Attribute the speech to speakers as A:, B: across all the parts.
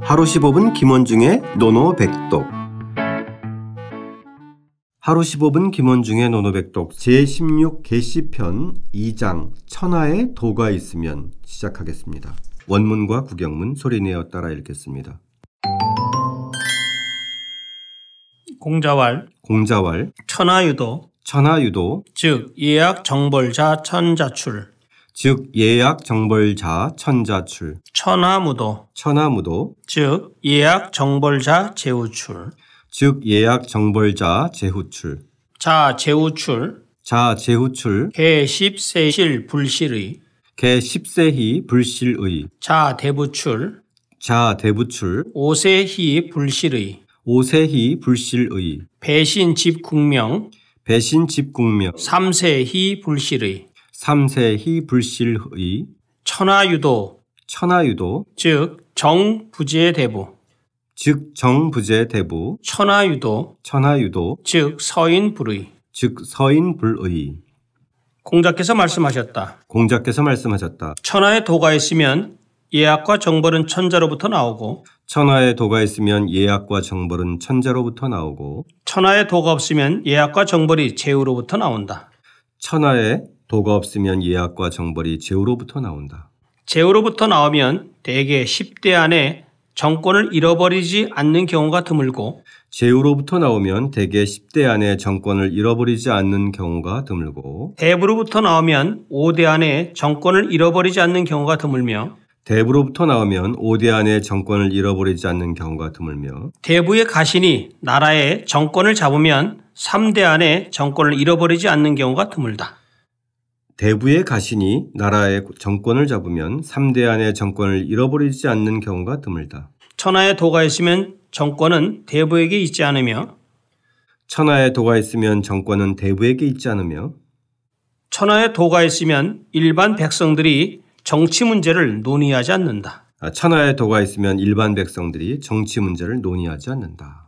A: 하루 15분 김원중의 노노백독 하루 15분 김원중의 노노백독 제16개시편 2장 천하에 도가 있으면 시작하겠습니다. 원문과 구경문 소리내어 따라 읽겠습니다.
B: 공자왈
A: 공자왈
B: 천하유도
A: 천하유도
B: 즉 예약 정벌자 천자출
A: 즉 예약 정벌자 천자출
B: 천하무도
A: 천하무도
B: 즉 예약 정벌자 재우출
A: 즉 예약 정벌자 재후출
B: 자 재우출
A: 자 재후출
B: 개십세실 불실의
A: 개 10세희 불실의
B: 자 대부출
A: 자 대부출
B: 오세희 불실의
A: 오세희 불실의
B: 배신집 국명
A: 배신집 국명
B: 삼세희 불실의
A: 삼세희 불실의
B: 천하유도
A: 천하유도
B: 즉 정부제대부
A: 즉 정부제 대부
B: 천하유도
A: 천하유도
B: 즉 서인불의
A: 즉 서인불의
B: 공자께서 말씀하셨다.
A: 공자께서 말씀하셨다.
B: 천하에 도가 있으면 예약과 정벌은 천자로부터 나오고
A: 천하에 도가 있으면 예약과 정벌은 천자로부터 나오고
B: 천하에 도가 없으면 예약과 정벌이 제후로부터 나온다.
A: 천하에 도가 없으면 예약과 정벌이 제후로부터 나온다.
B: 제후로부터 나오면 대개 10대 안에 정권을 잃어버리지 않는 경우가 드물고
A: 제후로부터 나오면 대개 10대 안에 정권을 잃어버리지 않는 경우가 드물고
B: 대부로부터 나오면 5대 안에 정권을 잃어버리지 않는 경우가 드물며
A: 대부로부터 나오면 5대 안에 정권을 잃어버리지 않는 경우가 드물며
B: 대부의 가신이 나라의 정권을 잡으면 3대 안에 정권을 잃어버리지 않는 경우가 드물다.
A: 대부의 가신이 나라의 정권을 잡으면 3대 안에 정권을 잃어버리지 않는 경우가 드물다.
B: 천하에 도가 있으면 정권은 대부에게 있지 않으며
A: 천하에 도가 있으면 정권은 대부에게 있지 않으며
B: 천하에 도가 있으면 일반 백성들이 정치 문제를 논의하지 않는다.
A: 아, 천하에 도가 있으면 일반 백성들이 정치 문제를 논의하지 않는다.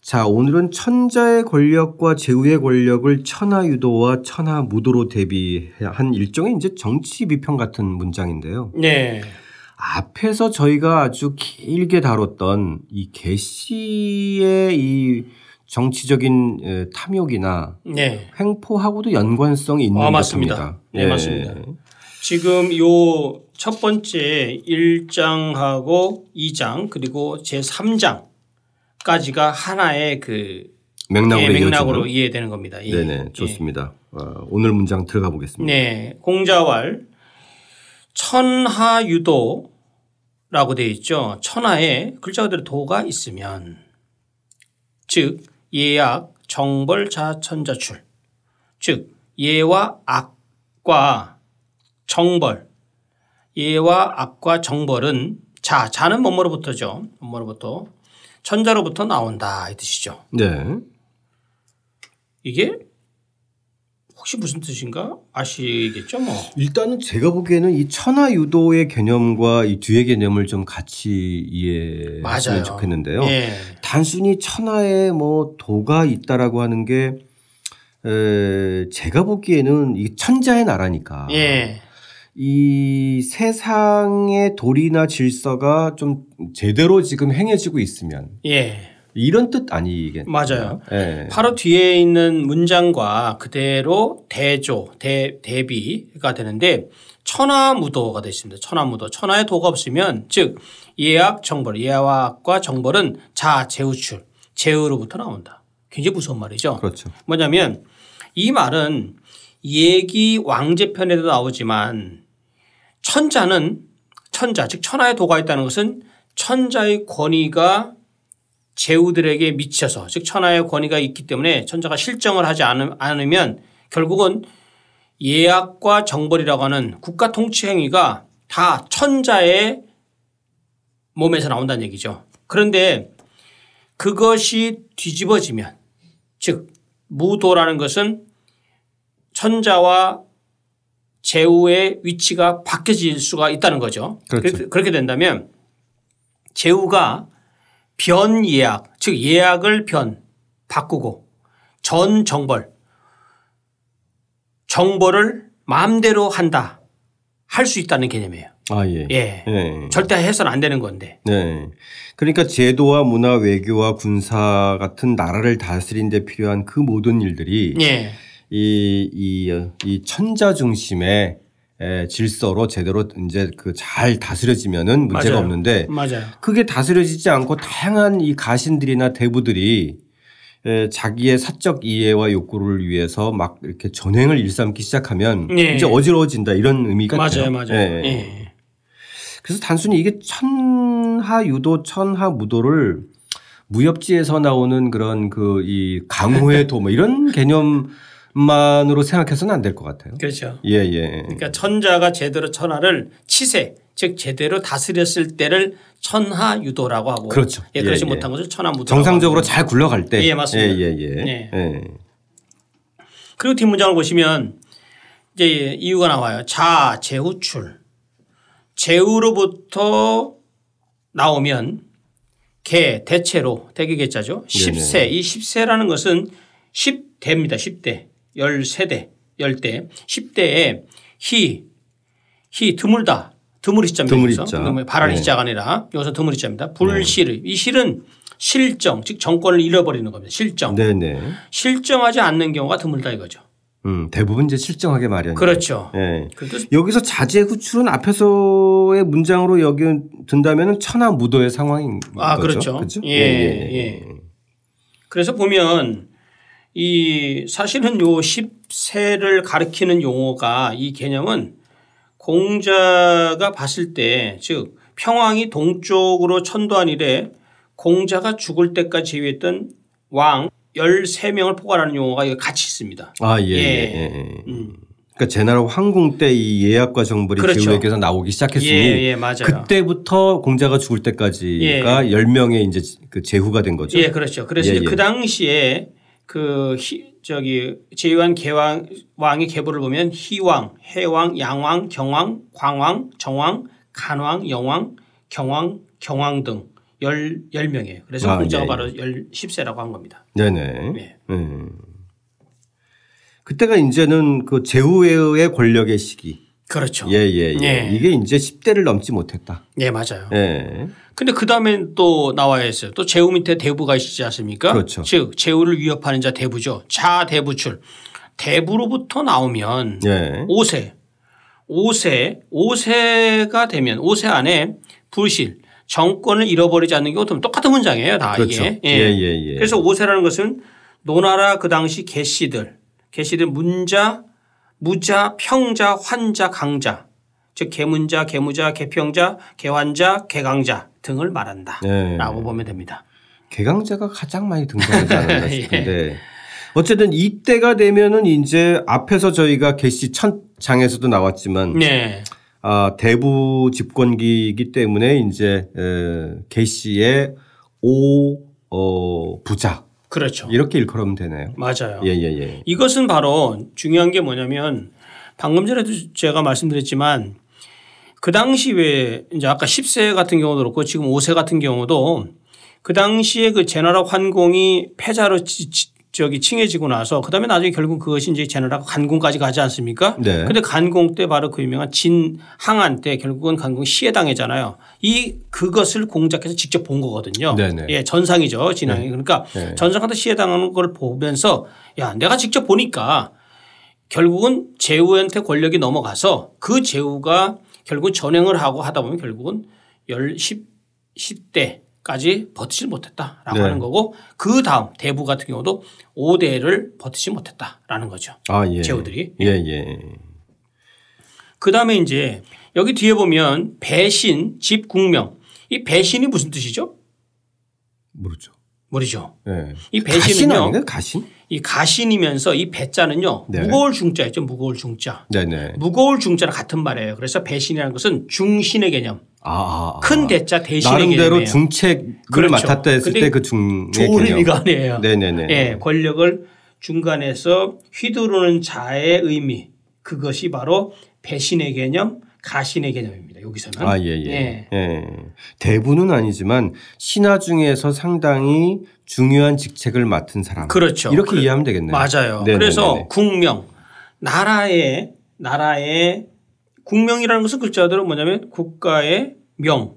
A: 자, 오늘은 천자의 권력과 제후의 권력을 천하 유도와 천하 무도로 대비한 일종의 이제 정치 비평 같은 문장인데요.
B: 네.
A: 앞에서 저희가 아주 길게 다뤘던 이 개씨의 이 정치적인 에, 탐욕이나
B: 네.
A: 횡포하고도 연관성이 있는
B: 아,
A: 것
B: 맞습니다.
A: 같습니다. 예.
B: 네, 맞습니다. 지금 요 첫 번째 1장하고 2장 그리고 제3장까지가 하나의 그
A: 맥락으로
B: 예,
A: 이어지는.
B: 맥락으로 이해되는 겁니다. 예.
A: 네네 좋습니다. 어, 오늘 문장 들어가
B: 예.
A: 보겠습니다.
B: 네. 공자왈 천하유도라고 되어 있죠. 천하에 글자 그대로 도가 있으면 즉 예약 정벌자천자출 즉 예와 악과 정벌 예와 악과 정벌은 자 자는 뭐뭐로부터죠 뭐뭐로부터 천자로부터 나온다 이 뜻이죠
A: 네.
B: 이게 혹시 무슨 뜻인가 아시겠죠 뭐
A: 일단은 제가 보기에는 이 천하 유도의 개념과 이 뒤의 개념을 좀 같이 이해했으면
B: 맞아요
A: 좋겠는데요.
B: 예.
A: 단순히 천하에 뭐 도가 있다라고 하는 게 에, 제가 보기에는 이 천자의 나라니까
B: 예.
A: 이 세상의 도리나 질서가 좀 제대로 지금 행해지고 있으면
B: 예.
A: 이런 뜻 아니겠나요?
B: 맞아요.
A: 예.
B: 바로 뒤에 있는 문장과 그대로 대조, 대, 대비가 되는데 천하무도가 되어 있습니다. 천하무도. 천하에 도가 없으면 즉 예약 정벌, 예약과 정벌은 자, 재우출, 재우로부터 나온다. 굉장히 무서운 말이죠.
A: 그렇죠.
B: 뭐냐면 이 말은 얘기 왕제편에도 나오지만 천자는 천자 즉 천하에 도가 있다는 것은 천자의 권위가 제후들에게 미쳐서 즉 천하의 권위가 있기 때문에 천자가 실정을 하지 않음- 않으면 결국은 예약과 정벌이라고 하는 국가 통치 행위가 다 천자의 몸에서 나온다는 얘기죠. 그런데 그것이 뒤집어지면 즉 무도라는 것은 천자와 제후의 위치가 바뀌어질 수가 있다는 거죠.
A: 그렇죠.
B: 그렇게- 그렇게 된다면 제후가 변 예약, 즉 예약을 변 바꾸고 전 정벌, 정벌을 마음대로 한다 할 수 있다는 개념이에요.
A: 아 예.
B: 예.
A: 예.
B: 절대 해서는 안 되는 건데.
A: 네. 그러니까 제도와 문화, 외교와 군사 같은 나라를 다스린 데 필요한 그 모든 일들이
B: 예.
A: 이, 이, 이 천자 중심의 에, 질서로 제대로 이제 그 잘 다스려지면은 문제가
B: 맞아요.
A: 없는데
B: 맞아요.
A: 그게 다스려지지 않고 다양한 이 가신들이나 대부들이 에, 자기의 사적 이해와 욕구를 위해서 막 이렇게 전횡을 일삼기 시작하면
B: 예.
A: 이제 어지러워진다 이런 의미 같아요.
B: 맞아요. 맞아요.
A: 예.
B: 예.
A: 그래서 단순히 이게 천하 유도, 천하 무도를 무협지에서 나오는 그런 그 이 강호의 도뭐 이런 개념만으로 생각해서는 안 될 것 같아요.
B: 그렇죠.
A: 예, 예.
B: 그러니까 천자가 제대로 천하를 치세, 즉 제대로 다스렸을 때를 천하 유도라고 하고
A: 그렇죠.
B: 예, 그러지
A: 예,
B: 못한 것을 천하 무도.
A: 정상적으로 잘 굴러갈 때.
B: 예, 맞습니다.
A: 예, 예, 예.
B: 예.
A: 예.
B: 그리고 뒷문장을 보시면 이제 이유가 나와요. 자, 재우출. 재우로부터 나오면 개, 대체로, 대기계자죠. 10세. 이 10세라는 것은 10대입니다. 10대. 13대. 10대. 10대에 희, 히 드물다. 드물이자입니다.
A: 드물이자.
B: 발할
A: 네.
B: 이자가 아니라 여기서 드물이자입니다. 불실. 이 실은 실정, 즉 정권을 잃어버리는 겁니다. 실정.
A: 네, 네.
B: 실정하지 않는 경우가 드물다 이거죠.
A: 음, 대부분 이제 실정하게 마련.
B: 그렇죠.
A: 예.
B: 그래도
A: 여기서 자제 후출은 앞에서의 문장으로 여기 든다면 천하 무도의 상황인
B: 아,
A: 거죠.
B: 그렇죠. 예, 예. 그래서 보면 이 사실은 요 10세를 가리키는 용어가 이 개념은 공자가 봤을 때 즉 평왕이 동쪽으로 천도한 이래 공자가 죽을 때까지 제위했던 왕 13명을 포괄하는 용어가 여기 같이 있습니다.
A: 아, 예, 예.
B: 예.
A: 예, 예.
B: 음.
A: 그러니까 제나라 황궁 때 이 예약과 정벌이
B: 그렇죠.
A: 제후에게서 나오기
B: 예,
A: 시작했으니
B: 예, 맞아요.
A: 그때부터 공자가 죽을 때까지가 열 10명의 이제 그 제후가 된 거죠.
B: 예, 그렇죠. 그래서
A: 예,
B: 이제
A: 예.
B: 그 당시에 그 희- 저기 제유한 개왕 왕의 계보를 보면 희왕, 해왕, 양왕, 경왕, 광왕, 정왕, 간왕, 영왕, 경왕, 경왕 등 열, 열 명이에요. 그래서
A: 아,
B: 공자가
A: 예,
B: 바로 열 10세라고 한 겁니다.
A: 네네.
B: 예.
A: 음. 그때가 이제는 그 제후의 권력의 시기.
B: 그렇죠.
A: 예, 예, 예.
B: 예.
A: 이게 이제 10대를 넘지 못했다.
B: 네, 맞아요.
A: 예.
B: 근데 그 다음엔 또 나와야 했어요. 또 제우 밑에 대부가 있지 않습니까?
A: 그렇죠.
B: 즉, 제우를 위협하는 자 대부죠. 자 대부출. 대부로부터 나오면
A: 예.
B: 5세. 5세, 5세가 되면 5세 안에 불실, 정권을 잃어버리지 않는 경우 똑같은 문장이에요, 다
A: 그렇죠.
B: 이게.
A: 예, 예, 예.
B: 그래서 5세라는 것은 노나라 그 당시 개씨들, 개씨들 문자, 무자, 평자, 환자, 강자, 즉 개문자, 개무자, 개평자, 개환자, 개강자 등을 말한다라고
A: 예.
B: 보면 됩니다.
A: 개강자가 가장 많이 등장하지 않았나
B: 예.
A: 싶은데 어쨌든 이때가 되면은 이제 앞에서 저희가 개시 천장에서도 나왔지만
B: 네,
A: 아, 대부 집권기이기 때문에 이제 에, 개시의 오 어, 부자
B: 그렇죠.
A: 이렇게 일컬으면 되네요.
B: 맞아요.
A: 예예예. 예,
B: 이것은 바로 중요한 게 뭐냐면 방금 전에도 제가 말씀드렸지만 그 당시 왜 이제 아까 10세 같은 경우도 그렇고 지금 5세 같은 경우도 그 당시에 그 제나라 환공이 패자로 지- 지- 저기 칭해지고 나서 그다음에 나중에 결국 그것이 이제 제나라 간공까지 가지 않습니까?
A: 네.
B: 근데 간공 때 바로 그 유명한 진항안 때 결국은 간공 시해 당했잖아요. 이 그것을 공작해서 직접 본 거거든요.
A: 네네.
B: 예, 전상이죠. 진항이. 그러니까
A: 네.
B: 전상한테 시해 당하는 걸 보면서 야, 내가 직접 보니까 결국은 제후한테 권력이 넘어가서 그 제후가 결국 전횡을 하고 하다 보면 결국은 10, 10대까지 버티지 못했다라고
A: 네.
B: 하는 거고 그 다음 대부 같은 경우도 5대를 버티지 못했다라는 거죠.
A: 아 예.
B: 제후들이.
A: 예 예.
B: 그 다음에 이제 여기 뒤에 보면 배신, 집국명. 이 배신이 무슨 뜻이죠?
A: 모르죠.
B: 모르죠.
A: 예.
B: 이
A: 가신
B: 배신은요.
A: 아닌가 가신?
B: 이 가신이면서 이 배자는요.
A: 네.
B: 무거울 중자였죠. 무거울 중자.
A: 네네.
B: 무거울 중자랑 같은 말이에요. 그래서 배신이라는 것은 중신의 개념.
A: 아, 아, 아.
B: 큰 대자 대신의
A: 나름대로
B: 개념이에요.
A: 중책을
B: 그렇죠.
A: 맡았다 했을
B: 근데
A: 때 그 중의
B: 좋은
A: 개념.
B: 의미가 아니에요.
A: 네네네.
B: 예, 권력을 중간에서 휘두르는 자의 의미 그것이 바로 배신의 개념, 가신의 개념입니다. 여기서는
A: 아, 예, 예, 예. 대부는 아니지만 신하 중에서 상당히 중요한 직책을 맡은 사람.
B: 그렇죠.
A: 이렇게
B: 그래-
A: 이해하면 되겠네요.
B: 맞아요.
A: 네네네네.
B: 그래서 국명 나라의 나라의 국명이라는 것은 글자 그대로 뭐냐면 국가의 명,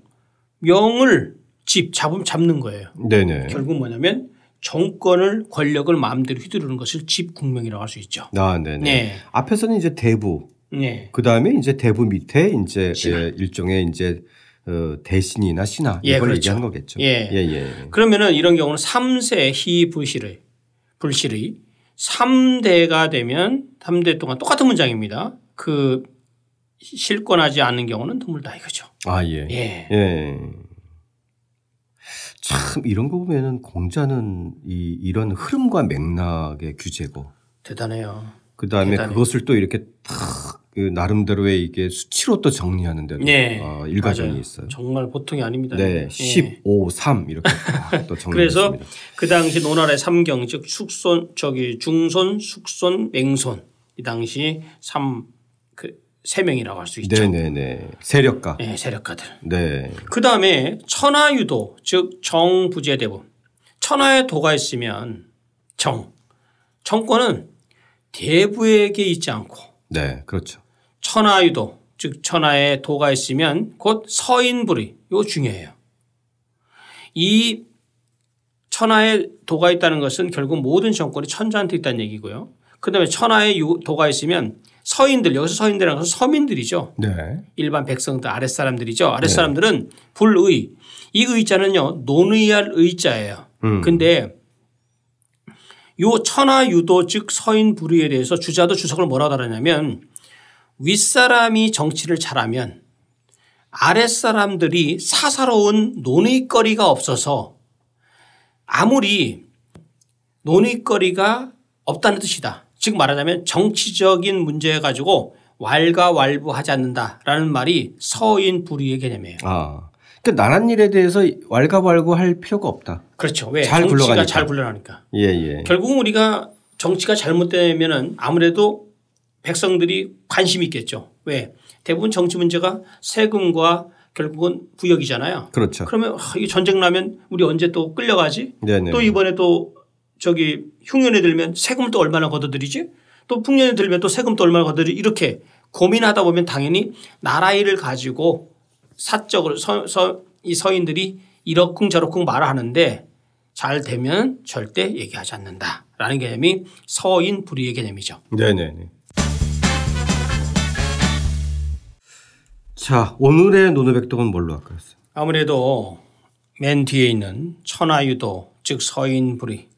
B: 명을 집, 잡음 잡는 거예요.
A: 네네.
B: 결국 뭐냐면 정권을 권력을 마음대로 휘두르는 것을 집국명이라고 할 수 있죠.
A: 아, 네네.
B: 네.
A: 앞에서는 이제 대부,
B: 네.
A: 그 다음에 이제 대부 밑에 이제
B: 신하.
A: 예, 일종의 이제 어, 대신이나 신하
B: 예,
A: 이걸
B: 그렇죠.
A: 얘기한 거겠죠.
B: 예.
A: 예, 예.
B: 그러면은 이런 경우는 3세 희불실의 불실의 3대가 되면 3대 동안 똑같은 문장입니다. 그 실권하지 않는 경우는 드물다 이거죠.
A: 아, 예.
B: 예.
A: 예. 참 이런 거 보면은 공자는 이 이런 흐름과 맥락의 규제고
B: 대단해요.
A: 그 다음에
B: 대단해요.
A: 그것을 또 이렇게 탁그 나름대로의 이게 수치로 또 정리하는데도
B: 네.
A: 어, 일가견이
B: 맞아요.
A: 있어요.
B: 정말 보통이 아닙니다.
A: 네,
B: 예.
A: 15, 3 이렇게 딱 또
B: 그래서
A: 정리했습니다.
B: 그 당시 노나라의 삼경 즉 숙손 저기 중손 숙손 맹손 이 당시 삼그세 명이라고 할 수 있죠.
A: 네, 네, 네. 세력가.
B: 예, 세력가들.
A: 네.
B: 그 다음에 천하유도 즉 정부제대부 천하에 도가 있으면 정 정권은 대부에게 있지 않고
A: 네, 그렇죠.
B: 천하유도 즉 천하에 도가 있으면 곧 서인불이 이거 중요해요. 이 천하에 도가 있다는 것은 결국 모든 정권이 천자한테 있다는 얘기고요. 그다음에 천하에 유- 도가 있으면 서인들 여기서 서인들이라는 것은 서민들이죠.
A: 네.
B: 일반 백성들 아랫사람들이죠. 아랫사람들은 불의 이 의자는요 논의할 의자예요.
A: 음.
B: 근데 요 천하 유도 즉 서인 불의에 대해서 주자도 주석을 뭐라고 달았냐면 윗사람이 정치를 잘하면 아랫사람들이 사사로운 논의거리가 없어서 아무리 논의거리가 없다는 뜻이다. 즉 말하자면 정치적인 문제 가지고 왈가왈부하지 않는다라는 말이 서인 불의의 개념이에요.
A: 아. 그러니까 나란 일에 대해서 왈가왈부 할 필요가 없다.
B: 그렇죠. 왜?
A: 잘
B: 정치가
A: 굴러가니까.
B: 잘 굴러가니까.
A: 예, 예.
B: 결국은 우리가 정치가 잘못되면은 아무래도 백성들이 관심이 있겠죠. 왜? 대부분 정치 문제가 세금과 결국은 부역이잖아요.
A: 그렇죠.
B: 그러면 아, 이 전쟁 나면 우리 언제 또 끌려가지?
A: 네, 네.
B: 또 이번에 또 저기 흉년에 들면 세금 또 얼마나 걷어들이지? 또 풍년에 들면 또 세금 또 얼마나 걷어들이 이렇게 고민하다 보면 당연히 나라 일을 가지고 사적으로 서, 서, 이 서인들이 이러쿵 저러쿵 말을 하는데 잘 되면 절대 얘기하지 않는다라는 개념이 서인 불의의 개념이죠.
A: 네, 네, 네. 자, 오늘의 노노백독은 뭘로 할까요?
B: 아무래도 맨 뒤에 있는 천하유도 즉 서인불이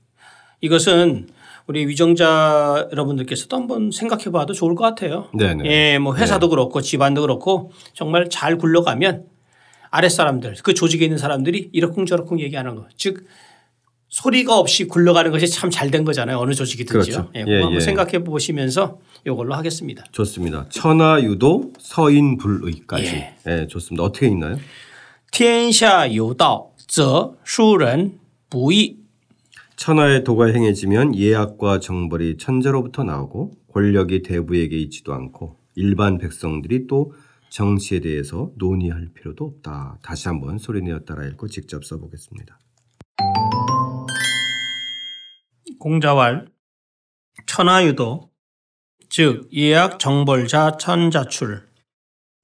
B: 이것은 우리 위정자 여러분들께서도 한번 생각해 봐도 좋을 것 같아요.
A: 네, 네.
B: 예, 뭐 회사도 그렇고 집안도 그렇고 정말 잘 굴러가면 아랫사람들 그 조직에 있는 사람들이 이러쿵저러쿵 얘기하는 거. 즉 소리가 없이 굴러가는 것이 참 잘 된 거잖아요. 어느 조직이든지요.
A: 그렇죠.
B: 예,
A: 예,
B: 그거 한번
A: 예.
B: 생각해 보시면서 이걸로 하겠습니다.
A: 좋습니다. 천하유도 서인불의까지. 예. 좋습니다. 어떻게 있나요?
B: 天下有道则庶人不易
A: 천하의 도가 행해지면 예악과 정벌이 천자로부터 나오고 권력이 대부에게 있지도 않고 일반 백성들이 또 정치에 대해서 논의할 필요도 없다. 다시 한번 소리내어 따라 읽고 직접 써보겠습니다.
B: 공자왈 천하유도 즉 예약 정벌자 천자출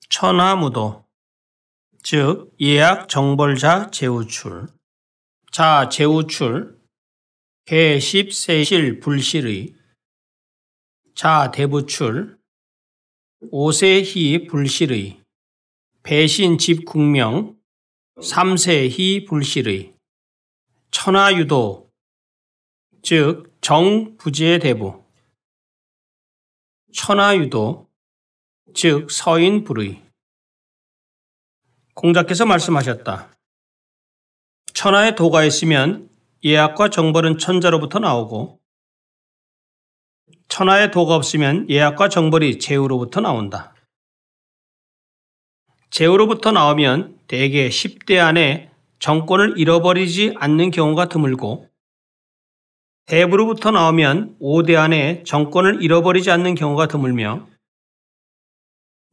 B: 천하무도 즉 예약 정벌자 재우출 자 재우출 개십세실 불실의 자 대부출 오세희 불실의 배신 집국명 삼세희 불실의 천하유도 즉 정부제 대부 천하유도 즉 서인 불의 공자께서 말씀하셨다. 천하에 도가 있으면 예약과 정벌은 천자로부터 나오고 천하에 도가 없으면 예약과 정벌이 재우로부터 나온다. 재우로부터 나오면 대개 10대 안에 정권을 잃어버리지 않는 경우가 드물고 대부로부터 나오면 5대 안에 정권을 잃어버리지 않는 경우가 드물며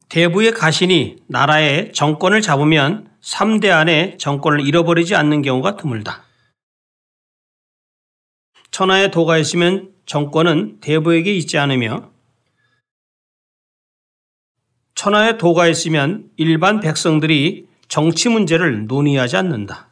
B: 대부의 가신이 나라의 정권을 잡으면 3대 안에 정권을 잃어버리지 않는 경우가 드물다. 천하에 도가 있으면 정권은 대부에게 있지 않으며 천하의 도가 있으면 일반 백성들이 정치 문제를 논의하지 않는다.